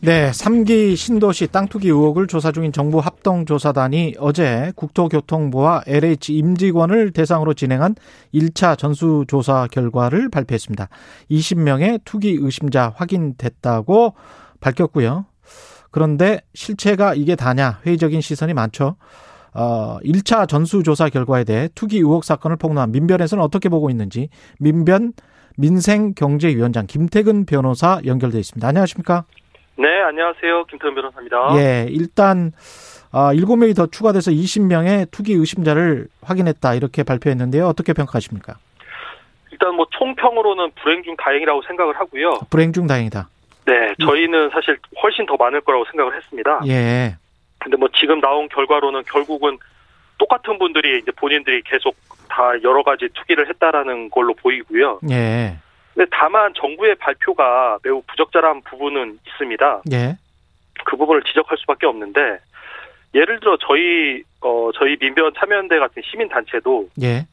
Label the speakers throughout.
Speaker 1: 네, 3기 신도시 땅투기 의혹을 조사 중인 정부 합동조사단이 어제 국토교통부와 LH 임직원을 대상으로 진행한 1차 전수조사 결과를 발표했습니다. 20명의 투기 의심자 확인됐다고 밝혔고요. 그런데 실체가 이게 다냐 회의적인 시선이 많죠. 어, 1차 전수조사 결과에 대해 투기 의혹 사건을 폭로한 민변에서는 어떻게 보고 있는지 민변 민생경제위원장 김태근 변호사 연결돼 있습니다. 안녕하십니까?
Speaker 2: 네, 안녕하세요. 김태훈 변호사입니다.
Speaker 1: 예, 일단 아, 7명이 더 추가돼서 20명의 투기 의심자를 확인했다 이렇게 발표했는데요. 어떻게 평가하십니까?
Speaker 2: 일단 뭐 총평으로는 불행 중 다행이라고 생각을 하고요.
Speaker 1: 불행 중 다행이다.
Speaker 2: 네, 저희는 사실 훨씬 더 많을 거라고 생각을 했습니다.
Speaker 1: 예.
Speaker 2: 근데 뭐 지금 나온 결과로는 결국은 똑같은 분들이 이제 본인들이 계속 다 여러 가지 투기를 했다라는 걸로 보이고요.
Speaker 1: 예.
Speaker 2: 근데 다만 정부의 발표가 매우 부적절한 부분은 있습니다.
Speaker 1: 예.
Speaker 2: 그 부분을 지적할 수밖에 없는데 예를 들어 저희 어 저희 민변 참여연대 같은 시민 단체도
Speaker 1: 예.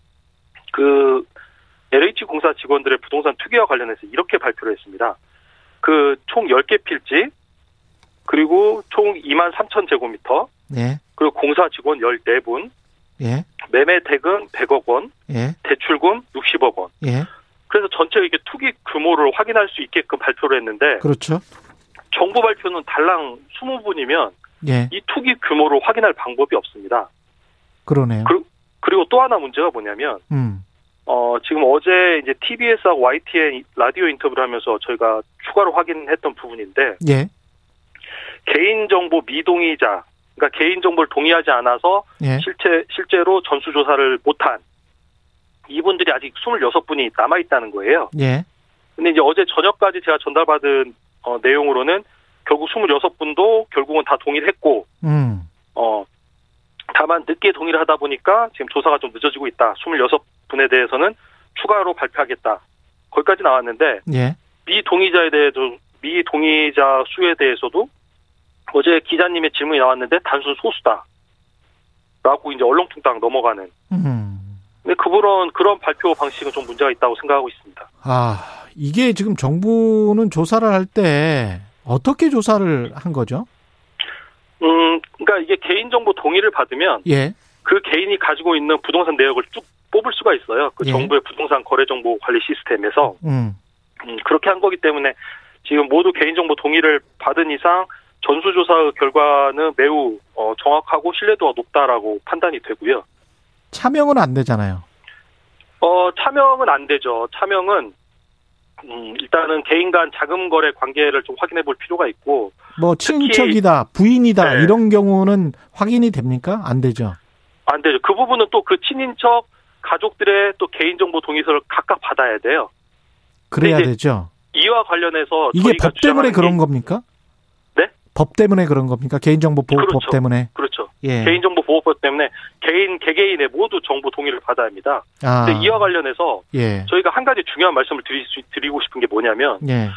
Speaker 2: 그 LH 공사 직원들의 부동산 투기와 관련해서 이렇게 발표를 했습니다. 그 총 10개 필지 그리고 총 2만 3천 제곱미터
Speaker 1: 예.
Speaker 2: 그리고 공사 직원 14분
Speaker 1: 예.
Speaker 2: 매매 대금 100억 원
Speaker 1: 예.
Speaker 2: 대출금 60억 원
Speaker 1: 예.
Speaker 2: 그래서 전체 이게 투기 규모를 확인할 수 있게끔 발표를 했는데
Speaker 1: 그렇죠.
Speaker 2: 정부 발표는 달랑 20분이면
Speaker 1: 예.
Speaker 2: 이 투기 규모를 확인할 방법이 없습니다.
Speaker 1: 그러네요.
Speaker 2: 그리고 또 하나 문제가 뭐냐면
Speaker 1: 음.
Speaker 2: 어 지금 어제 이제 TBS하고 YTN 라디오 인터뷰를 하면서 저희가 추가로 확인했던 부분인데
Speaker 1: 예.
Speaker 2: 개인정보 미동의자 그러니까 개인정보를 동의하지 않아서
Speaker 1: 예.
Speaker 2: 실제 실제로 전수조사를 못한 이분들이 아직 26분이 남아 있다는 거예요.
Speaker 1: 예.
Speaker 2: 근데 이제 어제 저녁까지 제가 전달받은 어, 내용으로는 결국 26분도 결국은 다 동일했고
Speaker 1: 음.
Speaker 2: 어 다만 늦게 동의를 하다 보니까 지금 조사가 좀 늦어지고 있다. 26분에 대해서는 추가로 발표하겠다. 거기까지 나왔는데
Speaker 1: 예.
Speaker 2: 미 동의자에 대해서 미 동의자 수에 대해서도 어제 기자님의 질문이 나왔는데 단순 소수다. 라고 이제 얼렁뚱땅 넘어가는.
Speaker 1: 음.
Speaker 2: 근데 그런 그런 발표 방식은 좀 문제가 있다고 생각하고 있습니다.
Speaker 1: 아, 이게 지금 정부는 조사를 할 때 어떻게 조사를 한 거죠?
Speaker 2: 음, 그러니까 이게 개인정보 동의를 받으면
Speaker 1: 예.
Speaker 2: 그 개인이 가지고 있는 부동산 내역을 쭉 뽑을 수가 있어요. 그
Speaker 1: 예.
Speaker 2: 정부의 부동산 거래 정보 관리 시스템에서
Speaker 1: 음.
Speaker 2: 음, 그렇게 한 거기 때문에 지금 모두 개인정보 동의를 받은 이상 전수조사 의 결과는 매우 어, 정확하고 신뢰도가 높다라고 판단이 되고요.
Speaker 1: 차명은 안 되잖아요.
Speaker 2: 어, 차명은 안 되죠. 차명은 음, 일단은 개인 간 자금 거래 관계를 좀 확인해 볼 필요가 있고
Speaker 1: 뭐
Speaker 2: 특히-
Speaker 1: 친척이다, 부인이다
Speaker 2: 네.
Speaker 1: 이런 경우는 확인이 됩니까? 안 되죠.
Speaker 2: 안 되죠. 그 부분은 또 그 친인척 가족들의 또 개인정보 동의서를 각각 받아야 돼요.
Speaker 1: 그래야
Speaker 2: 근데 이제
Speaker 1: 되죠.
Speaker 2: 이와 관련해서
Speaker 1: 이게
Speaker 2: 저희가
Speaker 1: 법 때문에
Speaker 2: 주장하는 게-
Speaker 1: 그런 겁니까?
Speaker 2: 네?
Speaker 1: 법 때문에 그런 겁니까? 개인정보 보호법
Speaker 2: 그렇죠.
Speaker 1: 때문에.
Speaker 2: 그렇죠.
Speaker 1: 예.
Speaker 2: 개인정보 보호법 때문에 개인 개개인의 모두 정보 동의를 받아야 합니다.
Speaker 1: 아.
Speaker 2: 근데 이와 관련해서
Speaker 1: 예.
Speaker 2: 저희가 한 가지 중요한 말씀을 드릴 수- 드리고 싶은 게 뭐냐면
Speaker 1: 예.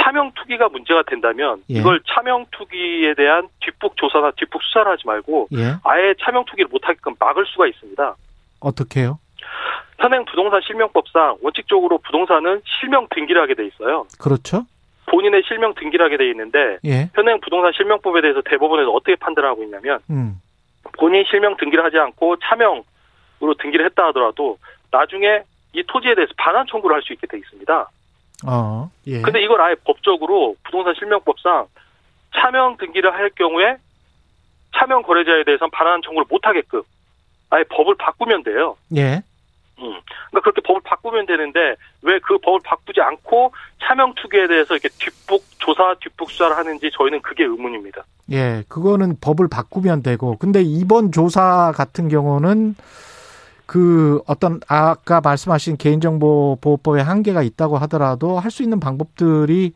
Speaker 2: 차명 투기가 문제가 된다면
Speaker 1: 예.
Speaker 2: 이걸 차명 투기에 대한 뒷북 조사나 뒷북 수사를 하지 말고
Speaker 1: 예.
Speaker 2: 아예 차명 투기를 못하게끔 막을 수가 있습니다.
Speaker 1: 어떻게요?
Speaker 2: 현행 부동산 실명법상 원칙적으로 부동산은 실명 등기를 하게 돼 있어요.
Speaker 1: 그렇죠?
Speaker 2: 본인의 실명 등기를 하게 돼 있는데
Speaker 1: 예.
Speaker 2: 현행 부동산 실명법에 대해서 대법원에서 어떻게 판단을 하고 있냐면
Speaker 1: 음.
Speaker 2: 본인 실명 등기를 하지 않고 차명으로 등기를 했다 하더라도 나중에 이 토지에 대해서 반환 청구를 할 수 있게 돼 있습니다.
Speaker 1: 어. 예.
Speaker 2: 근데 이걸 아예 법적으로 부동산 실명법상 차명 등기를 할 경우에 차명 거래자에 대해서는 반환 청구를 못 하게끔 아예 법을 바꾸면 돼요.
Speaker 1: 예.
Speaker 2: 음. 그러니까 그렇게 법을 바꾸면 되는데 왜 그 법을 바꾸지 않고 차명 투기에 대해서 이렇게 뒷북 조사 뒷북 수사를 하는지 저희는 그게 의문입니다.
Speaker 1: 예. 그거는 법을 바꾸면 되고. 근데 이번 조사 같은 경우는 그 어떤 아까 말씀하신 개인정보 보호법의 한계가 있다고 하더라도 할 수 있는 방법들이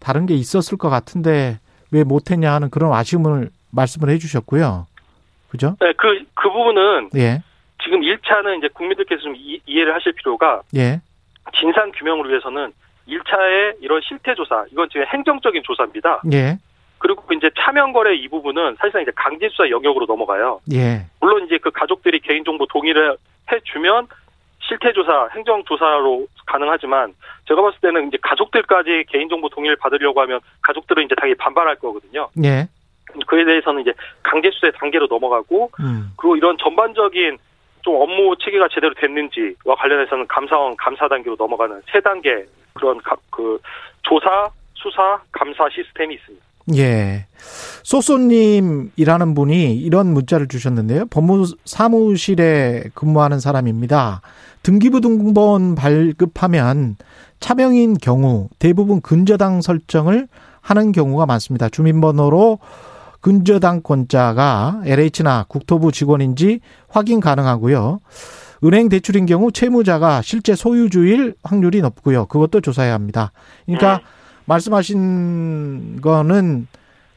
Speaker 1: 다른 게 있었을 것 같은데 왜 못했냐 하는 그런 아쉬움을 말씀을 해주셨고요. 그죠?
Speaker 2: 네, 그, 그 부분은
Speaker 1: 예,
Speaker 2: 지금 1차는 이제 국민들께서 좀 이, 이해를 하실 필요가
Speaker 1: 예,
Speaker 2: 진상 규명을 위해서는 1차의 이런 실태 조사, 이건 지금 행정적인 조사입니다.
Speaker 1: 예.
Speaker 2: 그리고 이제 차명 거래 이 부분은 사실상 이제 강제 수사 영역으로 넘어가요.
Speaker 1: 예.
Speaker 2: 물론 이제 그 가족들이 개인정보 동의를 해주면 실태 조사, 행정 조사로 가능하지만 제가 봤을 때는 이제 가족들까지 개인정보 동의를 받으려고 하면 가족들은 이제 당연히 반발할 거거든요.
Speaker 1: 예.
Speaker 2: 그에 대해서는 이제 강제 수사 단계로 넘어가고
Speaker 1: 음.
Speaker 2: 그리고 이런 전반적인 좀 업무 체계가 제대로 됐는지와 관련해서는 감사원 감사 단계로 넘어가는 세 단계 그런 가- 그 조사, 수사, 감사 시스템이 있습니다.
Speaker 1: 예. 소소님이라는 분이 이런 문자를 주셨는데요. 법무 사무실에 근무하는 사람입니다. 등기부등본 발급하면 차명인 경우 대부분 근저당 설정을 하는 경우가 많습니다. 주민번호로 근저당권자가 LH나 국토부 직원인지 확인 가능하고요. 은행 대출인 경우 채무자가 실제 소유주일 확률이 높고요. 그것도 조사해야 합니다. 그러니까 말씀하신 거는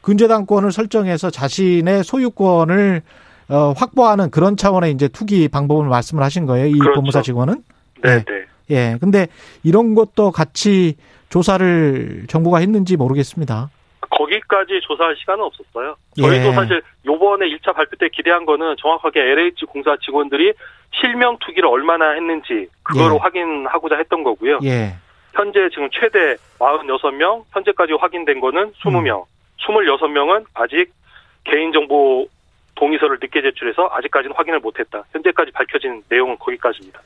Speaker 1: 근저당권을 설정해서 자신의 소유권을 어, 확보하는 그런 차원의 이제 투기 방법을 말씀을 하신 거예요. 이
Speaker 2: 그렇죠.
Speaker 1: 법무사 직원은.
Speaker 2: 네, 네.
Speaker 1: 예. 근데 이런 것도 같이 조사를 정부가 했는지 모르겠습니다.
Speaker 2: 거기까지 조사할 시간은 없었어요. 저희도
Speaker 1: 예.
Speaker 2: 사실 요번에 1차 발표 때 기대한 거는 정확하게 LH 공사 직원들이 실명 투기를 얼마나 했는지 그거를
Speaker 1: 예.
Speaker 2: 확인하고자 했던 거고요.
Speaker 1: 예.
Speaker 2: 현재 지금 최대 46명, 현재까지 확인된 거는
Speaker 1: 음.
Speaker 2: 20명. 26명은 아직 개인정보 동의서를 늦게 제출해서 아직까지는 확인을 못했다. 현재까지 밝혀진 내용은 거기까지입니다.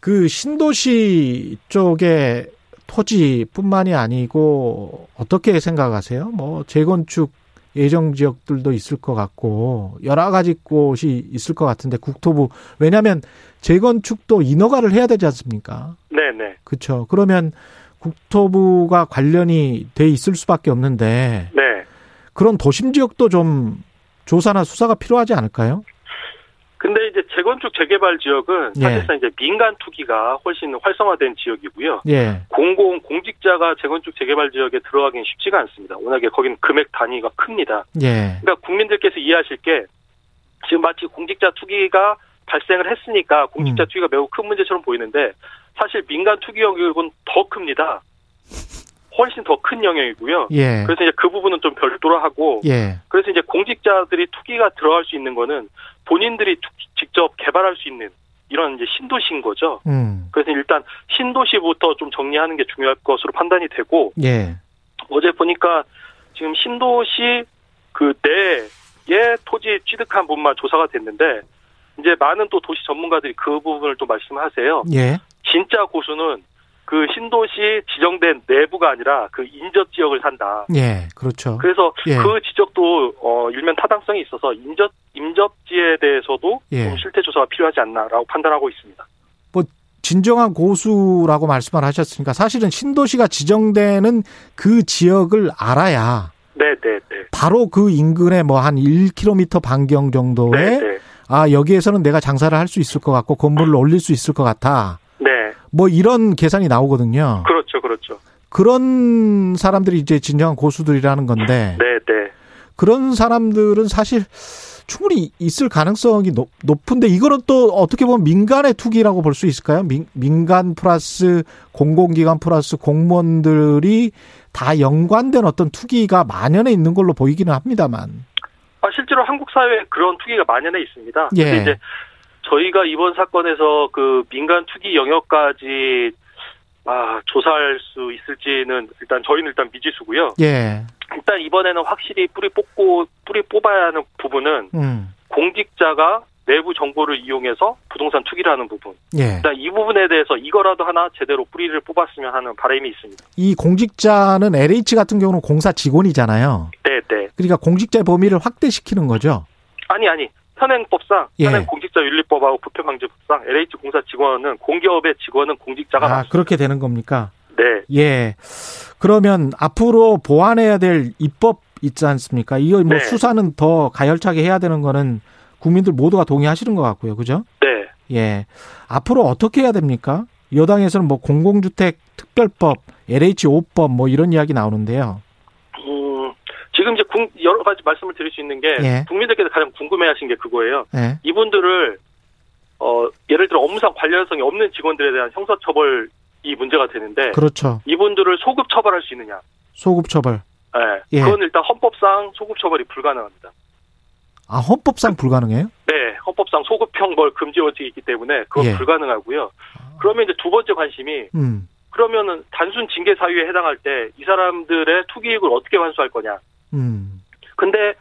Speaker 1: 그 신도시 쪽의 토지뿐만이 아니고 어떻게 생각하세요? 뭐 재건축 예정 지역들도 있을 것 같고 여러 가지 곳이 있을 것 같은데 국토부 왜냐하면 재건축도 인허가를 해야 되지 않습니까?
Speaker 2: 네네.
Speaker 1: 그렇죠. 그러면 국토부가 관련이 돼 있을 수밖에 없는데
Speaker 2: 네.
Speaker 1: 그런 도심 지역도 좀 조사나 수사가 필요하지 않을까요?
Speaker 2: 근데 이제 재건축 재개발 지역은
Speaker 1: 예.
Speaker 2: 사실상 이제 민간 투기가 훨씬 활성화된 지역이고요.
Speaker 1: 예,
Speaker 2: 공공 공직자가 재건축 재개발 지역에 들어가긴 쉽지가 않습니다. 워낙에 거긴 금액 단위가 큽니다.
Speaker 1: 예,
Speaker 2: 그러니까 국민들께서 이해하실 게 지금 마치 공직자 투기가 발생을 했으니까 공직자
Speaker 1: 음.
Speaker 2: 투기가 매우 큰 문제처럼 보이는데 사실 민간 투기 영역은 더 큽니다. 훨씬 더 큰 영역이고요.
Speaker 1: 예,
Speaker 2: 그래서 이제 그 부분은 좀 별도로 하고
Speaker 1: 예,
Speaker 2: 그래서 이제 공직자들이 투기가 들어갈 수 있는 거는 본인들이 투- 직접 개발할 수 있는 이런 이제 신도시인 거죠.
Speaker 1: 음,
Speaker 2: 그래서 일단 신도시부터 좀 정리하는 게 중요할 것으로 판단이 되고
Speaker 1: 예,
Speaker 2: 어제 보니까 지금 신도시 그 내에 토지 취득한 분만 조사가 됐는데 이제 많은 또 도시 전문가들이 그 부분을 또 말씀하세요.
Speaker 1: 예,
Speaker 2: 진짜 고수는 그 신도시 지정된 내부가 아니라 그 인접 지역을 산다.
Speaker 1: 예, 그렇죠.
Speaker 2: 그래서
Speaker 1: 예.
Speaker 2: 그 지적도 어 일면 타당성이 있어서 인접 임접지에 대해서도
Speaker 1: 예.
Speaker 2: 좀 실태 조사가 필요하지 않나라고 판단하고 있습니다.
Speaker 1: 진정한 고수라고 말씀을 하셨으니까 사실은 신도시가 지정되는 그 지역을 알아야
Speaker 2: 네, 네, 네.
Speaker 1: 바로 그 인근에 뭐 한 1km 반경
Speaker 2: 네,
Speaker 1: 정도에
Speaker 2: 네.
Speaker 1: 아 여기에서는 내가 장사를 할 수 있을 것 같고 건물을 올릴 수 있을 것 같아
Speaker 2: 네.
Speaker 1: 뭐 이런 계산이 나오거든요.
Speaker 2: 그렇죠. 그렇죠.
Speaker 1: 그런 사람들이 이제 진정한 고수들이라는 건데
Speaker 2: 네, 네.
Speaker 1: 그런 사람들은 사실 충분히 있을 가능성이 높, 높은데 이거는 또 어떻게 보면 민간의 투기라고 볼 수 있을까요? 민, 민간 플러스 공공기관 플러스 공무원들이 다 연관된 어떤 투기가 만연해 있는 걸로 보이기는 합니다만.
Speaker 2: 아, 실제로 한국 사회에 그런 투기가 만연해 있습니다.
Speaker 1: 예.
Speaker 2: 근데 이제 저희가 이번 사건에서 그 민간 투기 영역까지 아, 조사할 수 있을지는 일단 저희는 일단 미지수고요.
Speaker 1: 예.
Speaker 2: 일단 이번에는 확실히 뿌리 뽑고 뿌리 뽑아야 하는 부분은
Speaker 1: 음.
Speaker 2: 공직자가 내부 정보를 이용해서 부동산 투기를 하는 부분.
Speaker 1: 예.
Speaker 2: 일단 이 부분에 대해서 이거라도 하나 제대로 뿌리를 뽑았으면 하는 바람이 있습니다.
Speaker 1: 이 공직자는 LH 같은 경우는 공사 직원이잖아요.
Speaker 2: 네, 네.
Speaker 1: 그러니까 공직자의 범위를 확대시키는 거죠.
Speaker 2: 아니 아니 현행법상
Speaker 1: 예.
Speaker 2: 현행 공직자 윤리법하고 부패방지법상 LH 공사 직원은 공기업의 직원은 공직자가
Speaker 1: 아,
Speaker 2: 맞습니다.
Speaker 1: 그렇게 되는 겁니까?
Speaker 2: 네,
Speaker 1: 예. 그러면 앞으로 보완해야 될 입법 있지 않습니까? 이거 뭐
Speaker 2: 네.
Speaker 1: 수사는 더 가열차게 해야 되는 거는 국민들 모두가 동의하시는 것 같고요. 그죠?
Speaker 2: 네,
Speaker 1: 예. 앞으로 어떻게 해야 됩니까? 여당에서는 뭐 공공주택 특별법, LH5법 뭐 이런 이야기 나오는데요.
Speaker 2: 음, 지금 이제 궁- 여러 가지 말씀을 드릴 수 있는 게
Speaker 1: 예.
Speaker 2: 국민들께서 가장 궁금해하신 게 그거예요.
Speaker 1: 예.
Speaker 2: 이분들을 어 예를 들어 업무상 관련성이 없는 직원들에 대한 형사처벌 이 문제가 되는데
Speaker 1: 그렇죠.
Speaker 2: 이분들을 소급 처벌할 수 있느냐?
Speaker 1: 소급 처벌.
Speaker 2: 예.
Speaker 1: 예.
Speaker 2: 그건 일단 헌법상 소급 처벌이 불가능합니다.
Speaker 1: 아, 헌법상 불가능해요?
Speaker 2: 네, 헌법상 소급 형벌 금지 원칙이 있기 때문에 그건
Speaker 1: 예. 아.
Speaker 2: 불가능하고요. 그러면 이제 두 번째 관심이
Speaker 1: 음.
Speaker 2: 그러면은 단순 징계 사유에 해당할 때 이 사람들의 투기 이익을 어떻게 환수할 거냐?
Speaker 1: 음.
Speaker 2: 근데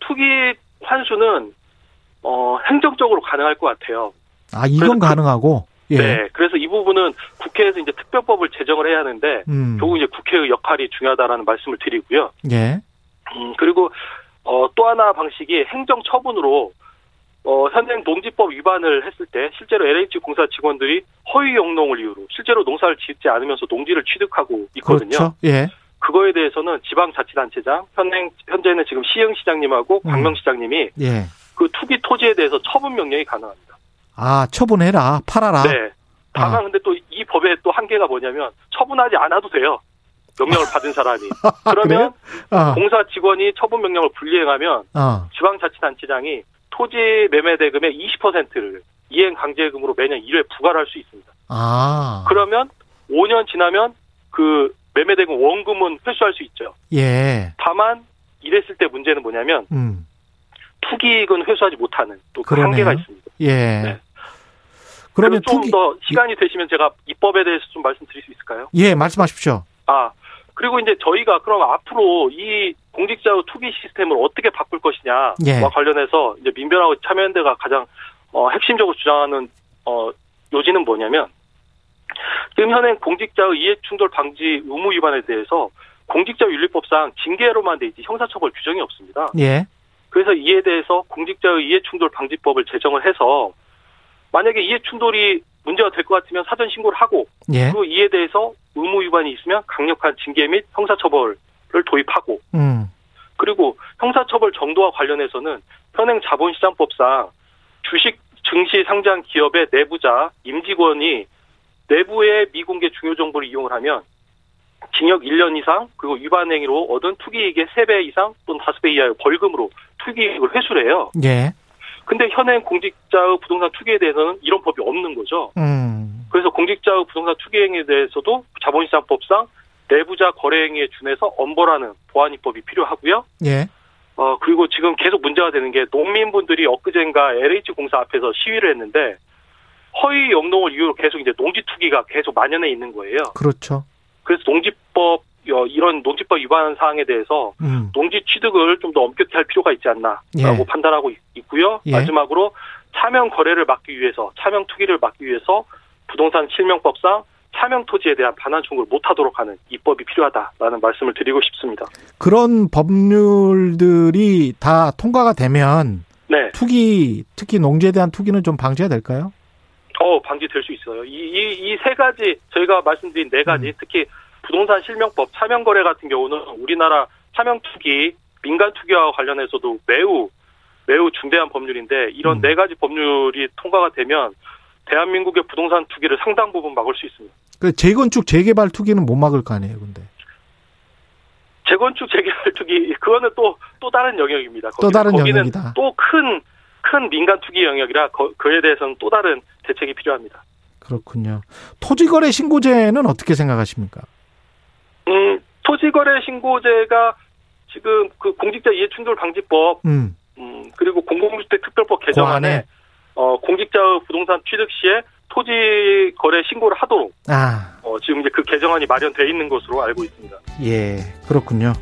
Speaker 2: 투기 이익 환수는 어, 행정적으로 가능할 것 같아요.
Speaker 1: 아, 이건
Speaker 2: 그래서 그-
Speaker 1: 가능하고. 예.
Speaker 2: 네, 그래서 이 부분은 국회에서 이제 특별법을 제정을 해야 하는데
Speaker 1: 음.
Speaker 2: 결국 이제 국회의 역할이 중요하다라는 말씀을 드리고요.
Speaker 1: 예.
Speaker 2: 음, 그리고 어, 또 하나 방식이 행정 처분으로 어, 현행 농지법 위반을 했을 때 실제로 LH 공사 직원들이 허위 영농을 이유로 실제로 농사를 짓지 않으면서 농지를 취득하고 있거든요.
Speaker 1: 그렇죠. 예.
Speaker 2: 그거에 대해서는 지방자치단체장 현행 현재는 지금 시흥시장님하고
Speaker 1: 음.
Speaker 2: 광명시장님이
Speaker 1: 예.
Speaker 2: 그 투기 토지에 대해서 처분 명령이 가능합니다.
Speaker 1: 아, 처분해라. 팔아라.
Speaker 2: 네. 다만
Speaker 1: 아.
Speaker 2: 근데 또 이 법의 또 한계가 뭐냐면 처분하지 않아도 돼요. 명령을 받은 사람이
Speaker 1: 그래요?
Speaker 2: 그러면
Speaker 1: 아.
Speaker 2: 공사 직원이 처분 명령을 불이행하면
Speaker 1: 아.
Speaker 2: 지방자치단체장이 토지 매매 대금의 20%를 이행 강제금으로 매년 1회 부과할 수 있습니다.
Speaker 1: 아.
Speaker 2: 그러면 5년 지나면 그 매매 대금 원금은 회수할 수 있죠.
Speaker 1: 예.
Speaker 2: 다만 이랬을 때 문제는 뭐냐면
Speaker 1: 음.
Speaker 2: 투기익은 회수하지 못하는 또 그
Speaker 1: 그러네요.
Speaker 2: 한계가 있습니다.
Speaker 1: 예.
Speaker 2: 네.
Speaker 1: 그러면
Speaker 2: 좀
Speaker 1: 투기
Speaker 2: 더 시간이 되시면 제가 입법에 대해서 좀 말씀드릴 수 있을까요?
Speaker 1: 예, 말씀하십시오.
Speaker 2: 아 그리고 이제 저희가 그럼 앞으로 이 공직자 투기 시스템을 어떻게 바꿀 것이냐와
Speaker 1: 예.
Speaker 2: 관련해서 이제 민변하고 참여연대가 가장 어, 핵심적으로 주장하는 어, 요지는 뭐냐면 지금 현행 공직자의 이해충돌 방지 의무 위반에 대해서 공직자 윤리법상 징계로만 돼 있지 형사처벌 규정이 없습니다.
Speaker 1: 예.
Speaker 2: 그래서 이에 대해서 공직자의 이해충돌 방지법을 제정을 해서 만약에 이해충돌이 문제가 될 것 같으면 사전 신고를 하고
Speaker 1: 예.
Speaker 2: 그리고 이에 대해서 의무 위반이 있으면 강력한 징계 및 형사처벌을 도입하고
Speaker 1: 음.
Speaker 2: 그리고 형사처벌 정도와 관련해서는 현행 자본시장법상 주식 증시 상장 기업의 내부자 임직원이 내부의 미공개 중요 정보를 이용을 하면 징역 1년 이상 그리고 위반 행위로 얻은 투기이익의 3배 이상 또는 5배 이하의 벌금으로 투기이익을 회수를 해요.
Speaker 1: 예.
Speaker 2: 근데 현행 공직자의 부동산 투기에 대해서는 이런 법이 없는 거죠.
Speaker 1: 음.
Speaker 2: 그래서 공직자의 부동산 투기 행위에 대해서도 자본시장법상 내부자 거래 행위에 준해서 엄벌하는 보안 입법이 필요하고요.
Speaker 1: 예.
Speaker 2: 어 그리고 지금 계속 문제가 되는 게 농민분들이 엊그젠가 LH 공사 앞에서 시위를 했는데 허위 영농을 이유로 계속 이제 농지 투기가 계속 만연해 있는 거예요.
Speaker 1: 그렇죠.
Speaker 2: 그래서 농지법 어, 이런 농지법 위반 사항에 대해서
Speaker 1: 음.
Speaker 2: 농지 취득을 좀 더 엄격히 할 필요가 있지 않나라고
Speaker 1: 예.
Speaker 2: 판단하고 있- 있고요.
Speaker 1: 예.
Speaker 2: 마지막으로 차명 거래를 막기 위해서 차명 투기를 막기 위해서 부동산 실명법상 차명 토지에 대한 반환 청구를 못하도록 하는 입법이 필요하다라는 말씀을 드리고 싶습니다.
Speaker 1: 그런 법률들이 다 통과가 되면
Speaker 2: 네,
Speaker 1: 투기, 특히 농지에 대한 투기는 좀 방지가 될까요?
Speaker 2: 어 방지될 수 있어요. 이이세 가지 저희가 말씀드린 네 가지
Speaker 1: 음.
Speaker 2: 특히 부동산 실명법 차명 거래 같은 경우는 우리나라 차명 투기 민간 투기와 관련해서도 매우 매우 중대한 법률인데 이런
Speaker 1: 음.
Speaker 2: 네 가지 법률이 통과가 되면 대한민국의 부동산 투기를 상당 부분 막을 수 있습니다.
Speaker 1: 그 재건축, 재개발 투기는 못 막을 거 아니에요, 근데.
Speaker 2: 재건축 재개발 투기 그거는 또 또 다른 영역입니다.
Speaker 1: 또 다른
Speaker 2: 거기는
Speaker 1: 영역이다.
Speaker 2: 또큰 큰 민간 투기 영역이라 거- 그에 대해서는 또 다른 대책이 필요합니다.
Speaker 1: 그렇군요. 토지거래 신고제는 어떻게 생각하십니까?
Speaker 2: 음, 토지거래 신고제가 지금 그 공직자 이해충돌 방지법
Speaker 1: 음,
Speaker 2: 음, 그리고 공공주택 특별법 개정안에
Speaker 1: 고안에.
Speaker 2: 어, 공직자 의 부동산 취득 시에 토지 거래 신고를 하도록
Speaker 1: 아,
Speaker 2: 어, 지금 이제 그 개정안이 마련돼 있는 것으로 알고 있습니다.
Speaker 1: 예, 그렇군요.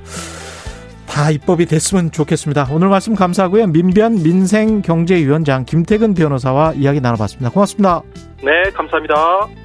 Speaker 1: 다 입법이 됐으면 좋겠습니다. 오늘 말씀 감사하고요. 민변 민생경제위원장 김태근 변호사와 이야기 나눠봤습니다. 고맙습니다.
Speaker 2: 네, 감사합니다.